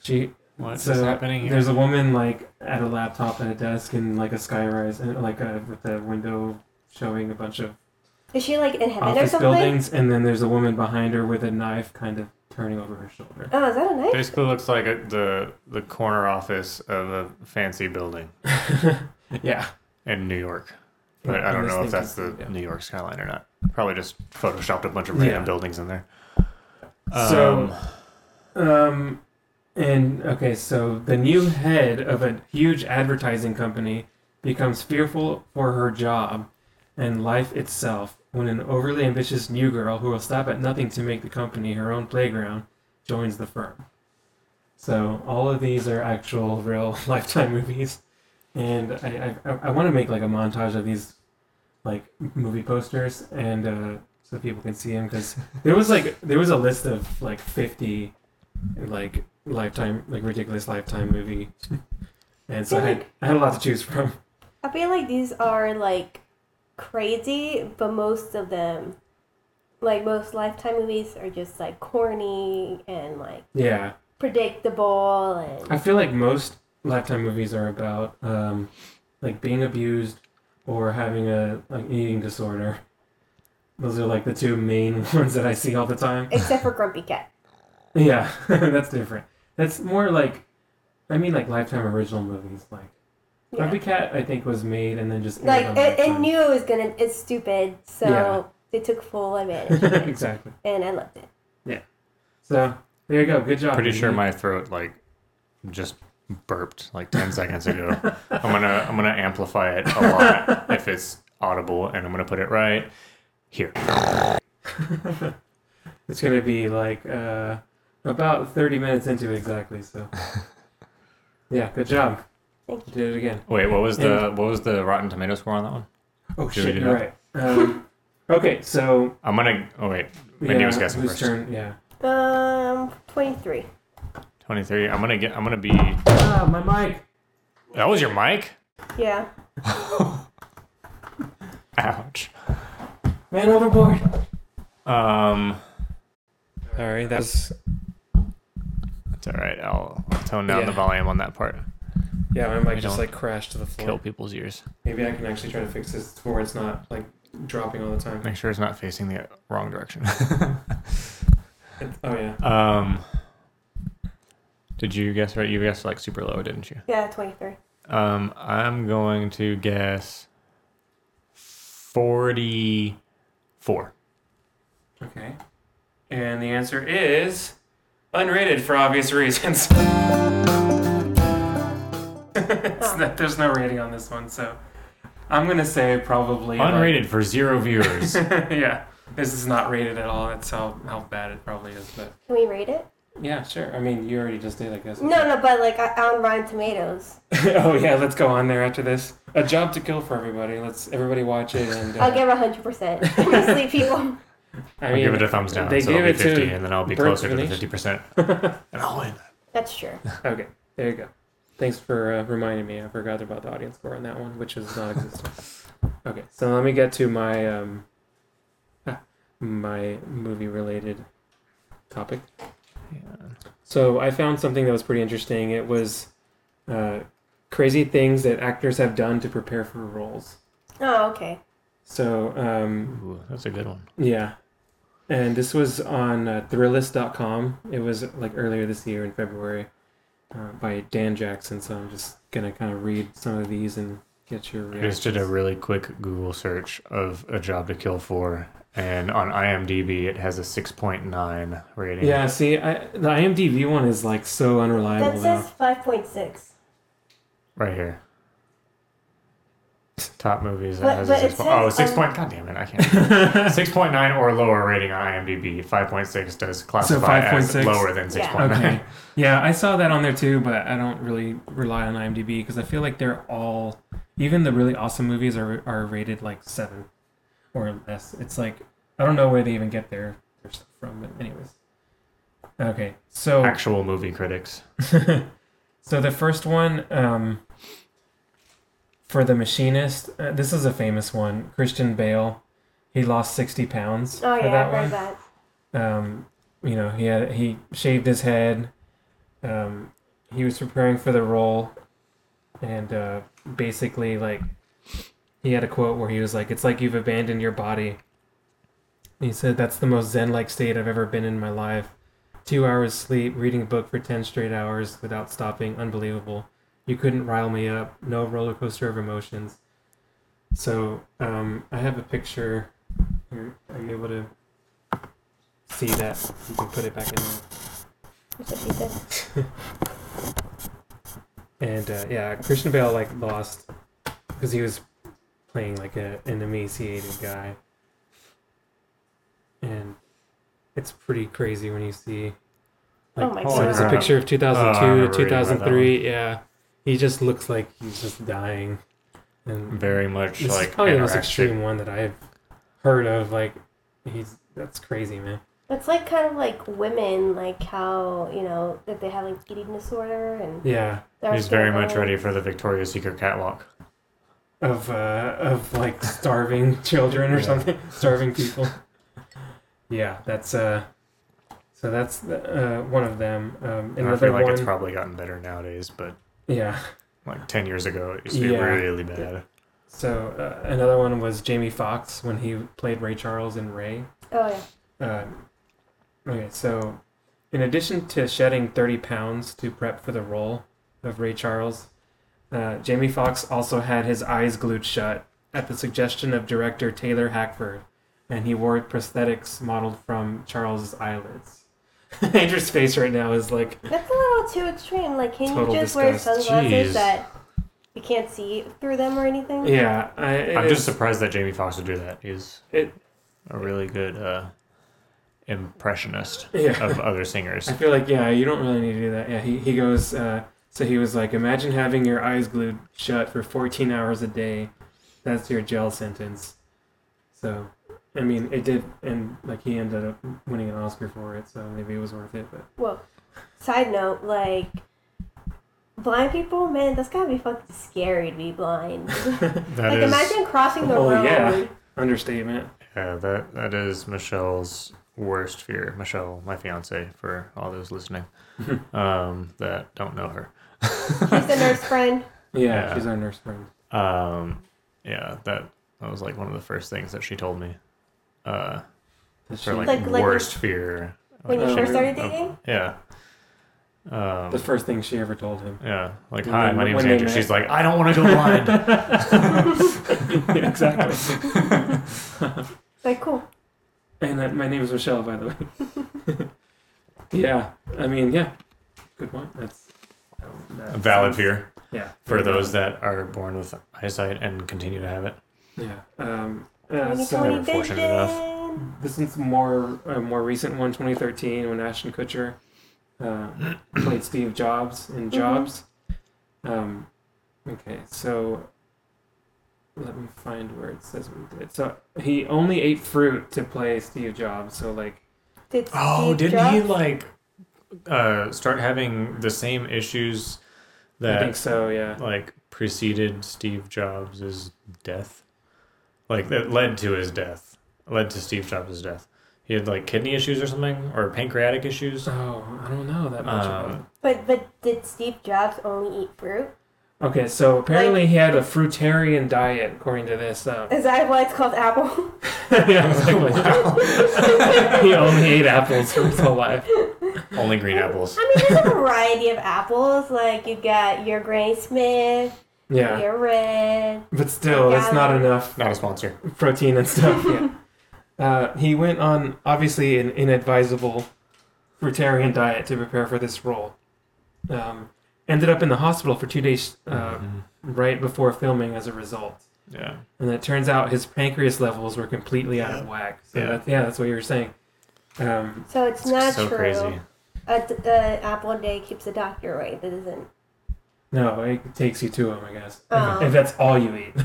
B: She
D: What's
B: so
D: happening here?
B: there's a woman like at a laptop at a desk and like a skyrise and like a, with a window showing a bunch of
C: is she like in heaven or
B: office
C: something?
B: buildings, and then there's a woman behind her with a knife, kind of turning over her shoulder.
C: Oh, is that a knife?
D: Basically, looks like a, the the corner office of a fancy building
B: Yeah,
D: in New York, but I
B: I'm
D: don't know if
B: just
D: that's the
B: thinking, yeah.
D: New York skyline or not. Probably just photoshopped a bunch of random
B: Yeah.
D: buildings in there.
B: So-
D: Um,
B: Um, and okay, so the new head of a huge advertising company becomes fearful for her job and life itself when an overly ambitious new girl who will stop at nothing to make the company her own playground joins the firm. So all of these are actual real lifetime movies, and I I, I want to make like a montage of these like movie posters and uh, so people can see them because there was like there was a list of like fifty like lifetime like ridiculous lifetime movie and so I had, I had a lot to choose from
C: I feel like these are like crazy, but most of them, like most Lifetime movies, are just like corny and like
B: yeah
C: predictable and
B: I feel like most Lifetime movies are about um, like being abused or having a like eating disorder. Those are like the two main ones that I see all the time.
C: except for Grumpy Cat.
B: Yeah, that's different. That's more like, I mean, like Lifetime original movies. Like
C: Yeah.
B: Puppy Cat, I think was made and then just aired
C: Like
B: on
C: it, it
B: Lifetime.
C: knew it was gonna. It's stupid, so
B: Yeah.
C: they took full advantage, of it,
B: exactly.
C: and I loved it.
B: So there you go. Good job.
D: Pretty sure
B: Disney.
D: my throat like just burped like ten seconds ago. I'm gonna I'm gonna amplify it a lot if it's audible, and I'm gonna put it right here.
B: It's gonna be like uh, about thirty minutes into it exactly. So yeah, good job.
C: Thank
B: you. Did it again.
D: Wait, what was the what was the Rotten Tomato score on that one?
B: Oh
D: Should we
B: shit,
D: do
B: you're right. Um, okay, so
D: I'm gonna. Oh wait, Mindy
B: yeah,
D: was guessing
B: whose
D: first.
B: turn? Yeah.
C: Um, twenty three.
D: 23. I'm gonna get. I'm gonna be.
B: Ah, my mic.
D: That was your mic.
C: Yeah.
D: Ouch.
B: Man overboard.
D: Um,
B: Sorry, that's
D: it's all right. I'll, I'll tone down
B: Yeah.
D: the volume on that part.
B: yeah. My
D: We
B: mic just
D: don't
B: like crashed to the floor.
D: Kill people's ears.
B: Maybe I can actually try to fix this to where it's not like dropping all the time.
D: Make sure it's not facing the wrong direction.
B: It- oh yeah.
D: um, did you guess right? You guessed like super low, didn't you?
C: Yeah, 23.
D: Um, I'm going to guess 44.
B: Okay. And the answer is unrated for obvious reasons. It's that- there's no rating on this one, so I'm gonna say probably like-
D: Unrated for zero viewers.
B: yeah, this is not rated at all. That's how how bad it probably is. But
C: Can we rate it?
B: yeah, sure. I mean, you already just did, I guess.
C: No, no, but like I- on Rotten Tomatoes.
B: oh yeah, let's go on there after this. A job to kill for everybody. Let's everybody watch it and. uh,
C: I'll give it 100%. Honestly, people.
B: I
D: I'll give it a thumbs down.
B: They
D: so
B: gave
D: it'll be
B: it
D: 50,
B: to
D: and then I'll be
B: Birds
D: closer to
B: of a
D: the
B: Nation.
D: 50%. and I'll win.
C: That's true.
B: Okay, there you go. Thanks for uh, reminding me. I forgot about the audience score on that one, which is non-existent. okay, so let me get to my um, ah, my movie-related topic. So I found something that was pretty interesting. It was uh, crazy things that actors have done to prepare for roles.
C: Oh, okay.
B: So um,
D: Ooh, that's a good one.
B: yeah, and this was on uh, Thrillist.com. It was like earlier this year in February uh, by Dan Jackson. So I'm just gonna kind of read some of these and get your
D: I just did
B: reactions.
D: a really quick Google search of a job to kill for, and on IMDb it has a 6.9 rating.
B: Yeah, see, I, the IMDb one is like so
C: That
B: unreliable.
C: says
B: Now.
C: 5.6.
D: Right here. Top movies.
C: But-
D: that has
C: but
D: a
C: it
D: six point, oh,
C: says,
D: six
C: um,
D: point. God damn it! I can't. six point nine or lower rating on IMDb. Five point six does classify as
B: 5.6?
D: lower than six point nine.
B: Okay. Yeah, I saw that on there too, but I don't really rely on IMDb because I feel like they're all, even the really awesome movies are are rated like seven or less. It's like I don't know where they even get their their stuff from, but anyways. Okay, so
D: Actual movie critics.
B: so the first one um, for the machinist, uh, this is a famous one. Christian Bale, he lost sixty pounds
C: Oh,
B: for
C: yeah,
B: that
C: I've
B: one
C: heard that.
B: um, you know, he had he shaved his head. Um, he was preparing for the role, and uh, basically, like, he had a quote where he was like, "It's like you've abandoned your body." He said, "That's the most zen-like state I've ever been in my life. Two hours sleep, reading a book for ten straight hours without stopping, unbelievable. You couldn't rile me up. No roller coaster of emotions." So um, I have a picture. Here, Are you able to see that you can put it back in there.
C: That's what he said.
B: And uh, yeah, Christian Bale like lost because he was playing like a, an emaciated guy, and it's pretty crazy when you see.
C: Oh
B: Like,
C: my
B: so It's a
D: God.
B: picture of 2002
D: Oh, I
B: to
D: remember reading about that
B: 2003. Yeah, he just looks like he's just dying, and
D: Very much
B: this
D: like
B: is probably the most
D: anorexic.
B: extreme one that I've heard of. Like, he's that's crazy, man.
C: It's like kind of like women, like how, you know, that they have like eating disorder and.
B: Yeah,
C: they're
D: He's very
C: still
D: much
C: going.
D: ready for the Victoria's Secret catwalk.
B: of uh, of like starving children or
D: Yeah.
B: something, starving people. Yeah, that's uh, So that's the, uh, one of them. Um,
D: And I feel
B: another
D: like
B: one.
D: it's probably gotten better nowadays, but
B: yeah.
D: like 10 years ago, it used to be
B: Yeah.
D: really bad.
B: So uh, another one was Jamie Foxx when he played Ray Charles in Ray.
C: Oh yeah.
B: Uh, okay, so in addition to shedding 30 pounds to prep for the role of Ray Charles, uh, Jamie Foxx also had his eyes glued shut at the suggestion of director Taylor Hackford, and he wore prosthetics modeled from Charles's eyelids. Andrew's face right now is like,
C: That's a little too extreme. Like, can
B: Total
C: you just wear
B: disgust.
C: sunglasses
D: Jeez.
C: that you can't see through them or anything?
B: yeah, I, it
D: I'm just
B: is-
D: surprised that Jamie Foxx would do that. He's
B: it,
D: a really good uh, impressionist
B: Yeah.
D: of other singers.
B: I feel like yeah, you don't really need to do that. Yeah, he he goes. Uh, so he was like, imagine having your eyes glued shut for 14 hours a day. That's your jail sentence. So, I mean, it did, and like he ended up winning an Oscar for it. So maybe it was worth it. But
C: Well, side note, like, blind people, man, that's gotta be fucking scary to be blind.
D: That
C: like,
D: is,
C: imagine crossing the
B: oh
C: road.
B: yeah, understatement.
D: yeah, Uh, that, that is Michelle's worst fear. Michelle, my fiance, for all those listening um, that don't know her.
C: She's the nurse friend.
B: Yeah,
D: Yeah.
B: she's our nurse friend.
D: Um, yeah, that that was like one of the first things that she told me. Uh,
B: That's
D: her like,
C: Like- like-
D: worst fear.
C: When
D: Like,
C: you first
D: she-
C: started dating?
D: yeah. Um,
B: the first thing she ever told him.
D: yeah, like
B: When
D: hi,
B: they-
D: my name's
B: when they
D: Andrew.
B: met.
D: She's like, I don't want to go blind.
B: Yeah, exactly.
C: Like, cool.
B: and uh, my name is Michelle, by the way. yeah, I mean, yeah, good one. That's
D: A Valid fear
B: Yeah.
D: for those that are born with eyesight and continue to have it.
B: Yeah. Um, uh,
C: 2020
B: so
D: Never fortunate enough.
C: vision.
B: this is more a more recent one, 2013, when Ashton Kutcher uh, played Steve Jobs in Jobs. Um, okay, so let me find where it says what he did. So he only ate fruit to play Steve Jobs. So like,
C: Did
D: Oh,
C: Steve
D: didn't
C: Jobs?
D: he like uh, start having the same issues
B: I
D: that
B: think so. Yeah.
D: like preceded Steve Jobs' death. Like that led to his death. Led to Steve Jobs' death. He had like kidney issues or something or pancreatic issues.
B: Oh, I don't know that much. about
D: Um,
B: it.
C: But but did Steve Jobs only eat fruit?
B: Okay, so apparently he had a fruitarian diet, according to this. Um,
C: Is that why it's called apple?
B: yeah, exactly. he only ate apples for his whole life.
D: Only green apples.
C: I mean, there's a variety of apples. Like you got your Granny Smith,
B: Yeah.
C: your red.
B: But still, that's not enough
D: Not a sponsor.
B: protein and stuff. Yeah. uh, he went on obviously an inadvisable fruitarian diet to prepare for this role. Um, ended up in the hospital for two days uh,
D: Mm-hmm.
B: right before filming as a result.
D: Um, Yeah.
B: And it turns out his pancreas levels were completely out of whack. So
D: Yeah.
B: yeah, that, yeah that's what you were saying. Um,
C: So it's not
D: so
C: true.
D: crazy.
C: A, d- a apple a day keeps the doctor away. That isn't.
B: no, it takes you to him, I guess.
C: Oh.
B: If that's all you eat,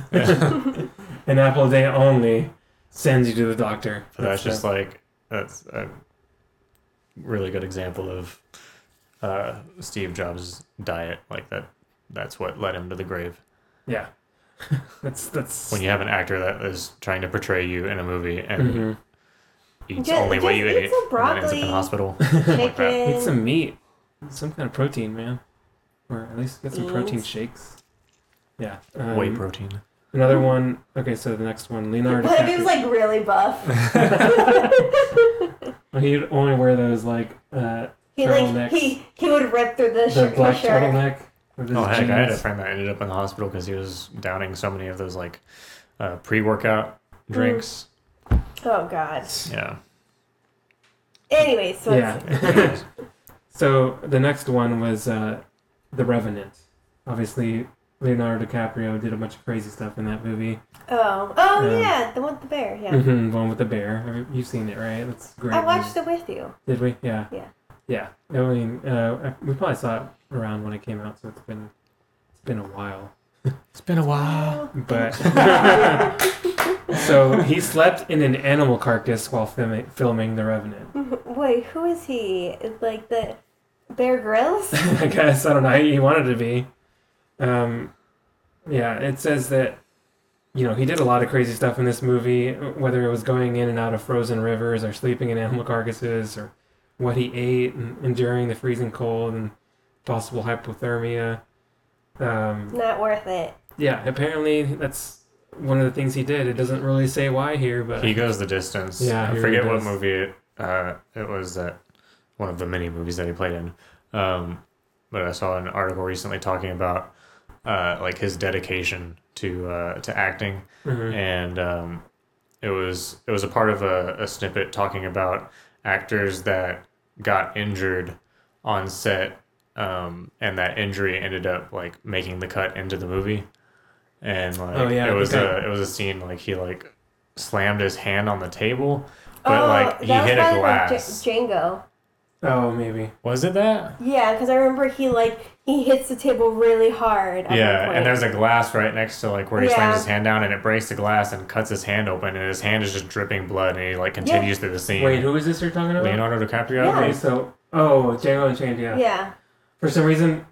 B: an apple a day only sends you to the doctor.
D: But that's
B: the-
D: just like that's a really good example of uh, Steve Jobs' diet. Like that that's what led him to the grave.
B: Yeah. that's that's
D: When you have an actor that is trying to portray you in a movie and
B: Mhm.
D: eats
C: Just-
D: only what
C: just
D: you
C: eat
D: ate,
C: some
D: and then ends up in
C: broccoli.
D: the hospital.
C: Chicken.
B: Eat some meat. Some kind of protein, man. Or at least get some protein
C: Beans.
B: shakes. Yeah. Um,
D: Whey protein.
B: Another one. Okay, so the next one, Leonardo
C: What if he
B: DiCaprio.
C: was like really buff?
B: He'd only wear those like uh,
C: He
B: Turtlenecks.
C: like he he would rip through the,
B: the
C: shirt.
B: black
C: the shirt.
B: turtleneck. With his
D: Oh heck, I had a
B: jeans.
D: friend that ended up in the hospital because he was downing so many of those like uh, pre-workout drinks.
C: Oh god.
D: Yeah,
C: Anyway, so it's-
B: Yeah. so the next one was uh, The Revenant. Obviously, Leonardo DiCaprio did a bunch of crazy stuff in that movie.
C: oh oh
B: Yeah.
C: yeah. the one with the bear. Yeah,
B: hmm one with the bear. I mean, You've seen it, right? That's great.
C: I watched it with you.
B: Did we? Yeah.
C: Yeah.
B: Yeah. I mean, uh, we probably saw it around when it came out, so it's been it's been a while.
D: it's been a while.
B: Ah, But so he slept in an animal carcass while filming filming The Revenant.
C: Wait, who is he? Like the Bear Grylls?
B: I guess I don't know. He wanted to be. Um, yeah. It says that you know he did a lot of crazy stuff in this movie, whether it was going in and out of frozen rivers or sleeping in animal carcasses or what he ate and enduring the freezing cold and possible hypothermia. Um,
C: Not worth it.
B: yeah, apparently that's one of the things he did. It doesn't really say why here, but
D: He goes the distance.
B: Yeah,
D: I
B: he
D: forget
B: really
D: what
B: does.
D: movie it, uh, it was that one of the many movies that he played in. Um, but I saw an article recently talking about uh, like his dedication to uh, to acting,
B: Mm-hmm.
D: and um, it was it was a part of a, a snippet talking about actors that got injured on set, um, and that injury ended up like making the cut into the movie. And like
B: Oh, yeah,
D: it was
B: okay.
D: a it was a scene like he like slammed his hand on the table, but
C: oh,
D: like he
C: that was
D: hit a
C: probably like
D: glass.
C: J- Django.
B: oh, maybe.
D: was it that?
C: Yeah, because I remember he like he hits the table really hard. At one
D: Yeah,
C: point.
D: and there's a glass right next to like where he
C: Yeah.
D: slams his hand down, and it breaks the glass and cuts his hand open, and his hand is just dripping blood, and he like continues through the scene.
B: Wait, who is this you're talking about?
D: Leonardo DiCaprio.
C: Yeah.
B: Okay, so oh, Django Unchained. Yeah.
C: yeah.
B: For some reason,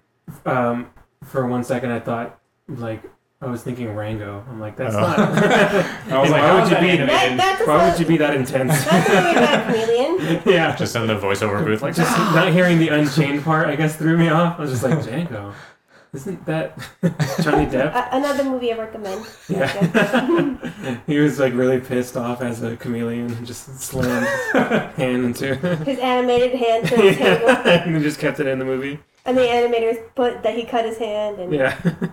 B: um, for one second I thought like I was thinking Rango. I'm like that's
D: Oh.
B: not.
D: I was
B: Why
D: like, how
B: would
D: is
B: you
D: that
B: be-
D: animated?
C: That, that's a
B: Why
C: sign-
B: would you be that intense?
C: That's a really bad chameleon.
B: yeah.
D: Just in the voiceover booth, like
B: Just not hearing the Unchained part, I guess, threw me off. I was just like, Django, isn't that Johnny Depp?
C: Uh, another movie I recommend.
B: Yeah. he was like really pissed off as a chameleon and just slammed hand into
C: His animated hand to the table,
B: yeah. and then just kept it in the movie.
C: and the animators put that he cut his hand. And
B: Yeah.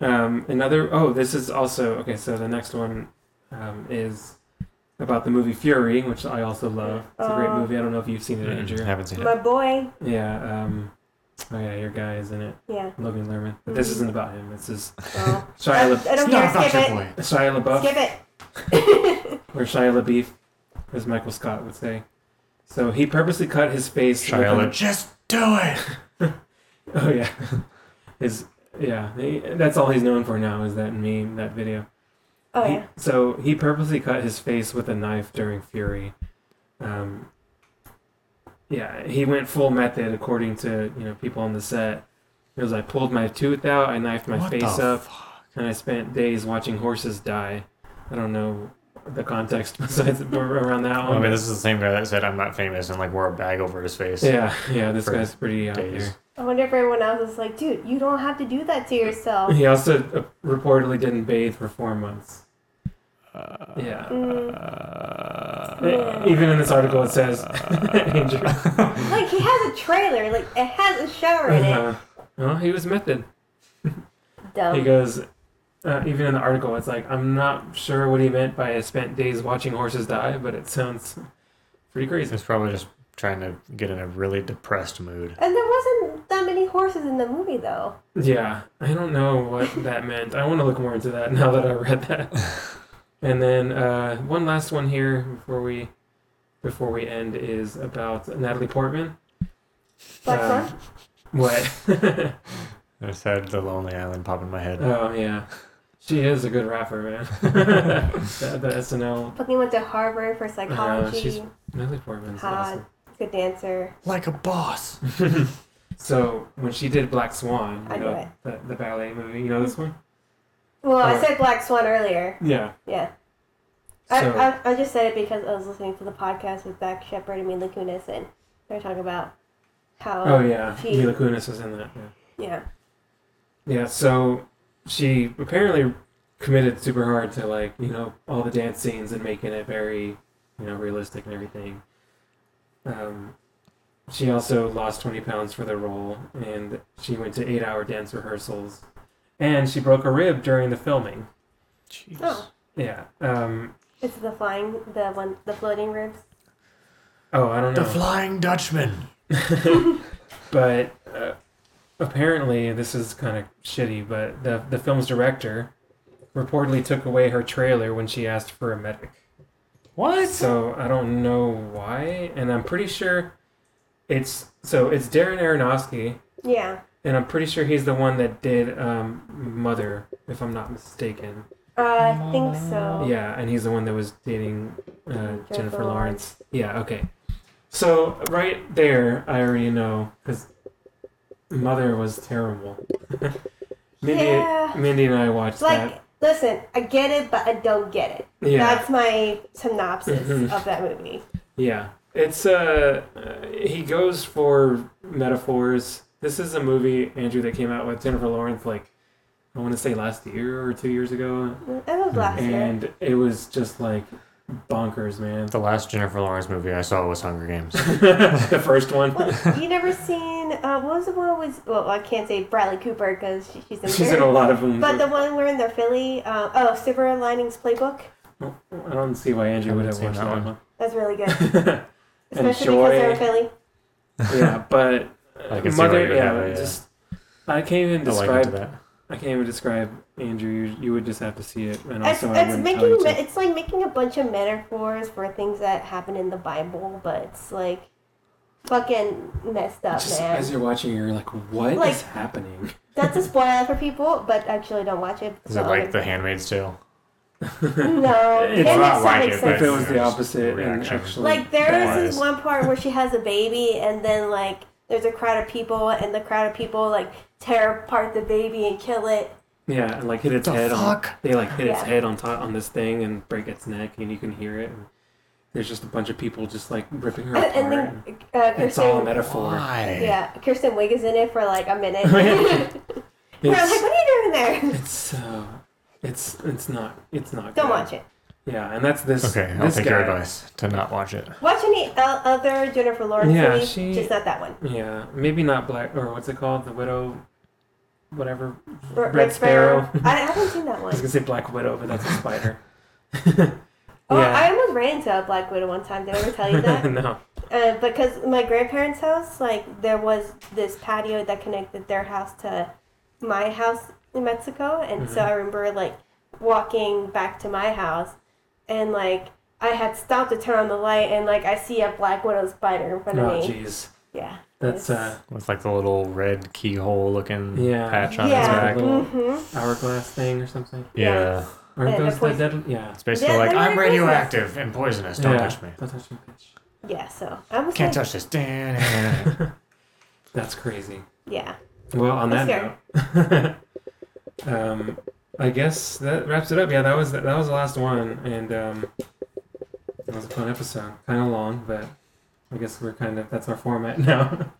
B: um, another, oh, this is also, okay, so the next one um, is about the movie Fury, which I also love. It's a great
C: Oh.
B: movie. I don't know if you've seen it, Andrew.
D: Mm, haven't seen it.
C: my boy.
B: Yeah. Um, oh, yeah, your guy is in it.
C: Yeah.
B: Logan Lerman. But this
C: Mhm.
B: isn't about him. This is
C: Oh.
B: Shia,
C: I, I
B: La-
C: don't care. Skip it.
B: Shia LaBeouf
C: Skip it.
B: or Shia LaBeouf, as Michael Scott would say. So he purposely cut his face. with
D: Shia
B: an-
D: La- just do it.
B: Oh yeah, his yeah. he- that's all he's known for now is that meme, that video.
C: Oh
B: He-
C: yeah.
B: so he purposely cut his face with a knife during Fury. Um, yeah, he went full method according to you know people on the set. It was I pulled my tooth out, I knifed my
D: What the Oh,
B: face up, and I spent days watching horses die. I don't know the context besides around that
D: I
B: one.
D: mean, this is the same guy that said I'm not famous and like wore a bag over his face.
B: yeah, yeah, this
D: For
B: guy's pretty out
D: days.
B: there.
C: I wonder if everyone else is like, dude, you don't have to do that to yourself.
B: He also uh, reportedly didn't bathe for four months.
D: Uh,
B: Yeah.
C: Mm.
D: uh,
B: Even in this article, it says Andrew.
C: Like he has a trailer. Like it has a shower in it.
B: Uh, well, he was method. He
C: Dumb.
B: goes, uh, even in the article, it's like, I'm not sure what he meant by I spent days watching horses die, but it sounds pretty crazy.
D: He's probably just trying to get in a really depressed mood.
C: And there wasn't that many horses in the movie though.
B: Yeah, I don't know what that meant. I want to look more into that now that I read that. And then uh, one last one here before we before we end is about Natalie Portman.
C: Black
B: Um,
C: Swan?
B: What?
D: I just had the Lonely Island pop in my head.
B: oh yeah, she is a good rapper, man. the, the SNL
C: Fucking went to Harvard for psychology.
B: she's- Natalie Portman's
C: Hot,
B: awesome.
C: good dancer.
D: like a boss.
B: So when she did Black Swan, you
C: I
B: know,
C: know it.
B: The, the ballet movie, you know this one?
C: Well, I
B: Alright.
C: said Black Swan earlier.
B: Yeah.
C: Yeah.
B: So-
C: I, I, I just said it because I was listening to the podcast with Zach Shepard and Mila Kunis, and they were talking about how.
B: Oh yeah,
C: She-
B: Mila Kunis was in that. Yeah.
C: Yeah.
B: Yeah, so she apparently committed super hard to like, you know, all the dance scenes and making it very, you know, realistic and everything. Um, she also lost 20 pounds for the role and she went to eight hour dance rehearsals and she broke a rib during the filming.
D: Jeez.
C: Oh,
B: Yeah. Um,
C: it's the flying, the one, the floating ribs.
B: oh, I don't know.
D: The Flying Dutchman.
B: but uh, apparently this is kind of shitty but the, the film's director reportedly took away her trailer when she asked for a medic
D: What?
B: so i don't know why and i'm pretty sure it's so it's darren aronofsky
C: Yeah.
B: and i'm pretty sure he's the one that did um, mother if i'm not mistaken
C: Uh, I think so.
B: yeah and he's the one that was dating uh, jennifer,
C: Jennifer
B: lawrence
C: Lawrence.
B: yeah okay so right there i already know because mother was terrible mindy,
C: Yeah.
B: mindy and i watched
C: Like,
B: that
C: listen, I get it, but I don't get it.
B: yeah
C: That's my synopsis of that movie.
B: yeah It's uh, uh, he goes for metaphors. This is a movie Andrew that came out with Jennifer Lawrence like I want to say last year or two years ago,
C: I was last year.
B: and it was just like bonkers, man.
D: The last Jennifer Lawrence movie I saw was Hunger Games.
B: the first one.
C: What, you never seen uh, what was the one with? Well, I can't say Bradley Cooper because she, she's in.
B: She's
C: there.
B: in a lot of them.
C: But the one where in the Philly, uh, oh, Silver Linings Playbook.
B: I don't see why Andrew would have
D: Haven't
B: watched
D: seen
B: that
D: that
B: one.
C: That's really good, especially
B: Enjoy.
C: because they're in Philly.
B: yeah, but
D: I can see why
B: mother,
D: you would
B: yeah,
D: have it, yeah.
B: just I can't even
D: I like
B: describe.
D: that.
B: I can't even describe Andrew. You, you would just have to see it, and
C: It's,
B: also I wouldn't
C: it's
B: tell
C: making
B: you
C: me-
B: to.
C: it's like making a bunch of metaphors for things that happen in the Bible, but it's like fucking messed up,
B: Just
C: man.
B: as you're watching, you're like, "What is
C: Like-
B: happening?"
C: That's a spoiler for people, but actually don't watch it.
D: Is it
C: So-
D: like The Handmaid's Tale?
C: No,
B: It's
C: that
B: not
C: makes- that
D: like
C: makes
D: it,
B: If
C: sense.
D: but-
B: it was
D: Yeah,
B: the
D: just
B: opposite, and
D: reaction.
B: actually,
C: Like there
B: bad.
C: is this one part where she has a baby, and then like there's a crowd of people, and the crowd of people like tear apart the baby and kill it.
B: yeah, and like hit its head. On, they like hit its
C: Yeah.
B: head on top on this thing and break its neck, and you can hear it. And there's just a bunch of people just like ripping her
C: And,
B: apart.
C: and
B: and
C: then uh,
B: it's all a
C: Kirsten,
B: metaphor.
C: yeah, Kirsten Wig is in it for like a minute. We're
B: It's-
C: like, what are you doing there?
B: It's so it's it's not it's not.
C: Don't
B: good.
C: watch it.
B: Yeah, and that's this.
D: Okay, I'll
B: this
D: take
B: guy.
D: your advice to not watch it.
C: Watch any uh, other Jennifer Lawrence
B: Yeah,
C: movies,
B: she-
C: just not that one.
B: Yeah, maybe not black or what's it called? The widow, whatever.
C: R-
B: Red Sparrow.
C: I, I haven't seen that
B: I
C: one.
B: was gonna say black widow, but that's a spider.
C: Oh,
B: yeah.
C: I almost ran into a Black Widow one time. Did I ever tell you that?
B: no.
C: Uh, because my grandparents' house, like there was this patio that connected their house to my house in Mexico, and so
D: Mm-hmm.
C: I remember like walking back to my house, and like I had stopped to turn on the light, and like I see a black widow spider in front of
B: Oh,
C: me.
B: jeez.
C: Yeah,
B: That's
C: It's-
B: uh,
D: With like the little red keyhole looking
B: Yeah.
D: patch on
B: Yeah.
C: yeah.
D: his back.
B: little-
C: Mm-hmm.
B: hourglass thing or something.
D: Yeah.
B: Aren't
C: Yeah, the
B: those the
C: poison-
B: dead? Yeah.
D: It's basically
C: Yeah,
D: like,
C: they're
D: I'm
C: very poisonous."
D: radioactive and poisonous. Don't
B: yeah.
D: touch me.
B: Don't touch me, bitch.
C: Yeah. So I was
D: Can't
C: like,
D: touch this. Dan.
B: That's crazy.
C: yeah.
B: Well, on
C: That's
B: that note, um, I guess that wraps it up. Yeah, that was that was the last one, and um, that was a fun episode. Kind of long, but I guess we're kind of that's our format now.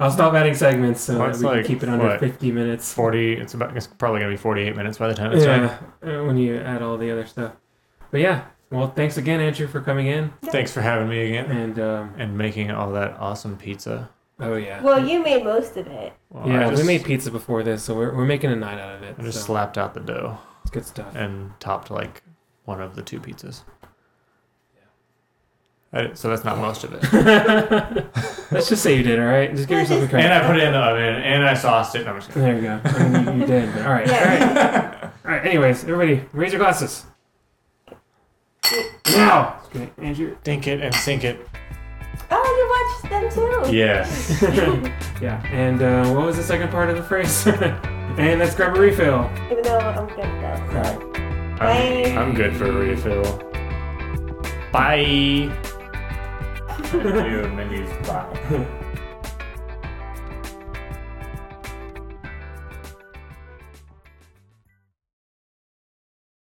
B: I'll stop adding segments so
D: Well,
B: that
D: it's
B: we
D: like,
B: can keep it under
D: what,
B: fifty minutes.
D: 40, it's about, it's probably going to be 48 minutes by the time it's done.
B: Yeah, uh, when you add all the other stuff. But yeah, well, thanks again, Andrew, for coming in.
D: Thanks for having me again
B: And um,
D: and making all that awesome pizza.
B: oh yeah,
C: Well, you made most of it.
D: Well, I
B: yeah,
D: just-
B: we made pizza before this, so we're, we're making a night out of it.
D: I just
B: so
D: slapped out the dough
B: it's good stuff.
D: and topped like one of the two pizzas. I, so that's not most of it.
B: Let's just say you did, all right? Just give yourself a credit.
D: And I put it in the oven and I sauced it. No, I'm just kidding.
B: There you go. I mean, you, you did. But all right. All right.
C: Yeah.
B: All right. Anyways, everybody, raise your glasses. Now. Okay, Andrew.
D: Dink it and sink it.
C: oh, you watched them too.
D: Yes.
B: Yeah. And uh, what was the second part of the phrase? and let's grab a refill.
C: Even though I'm good at that.
B: All right.
D: I'm, I'm good for a refill. Bye. Dude, menus. Bye.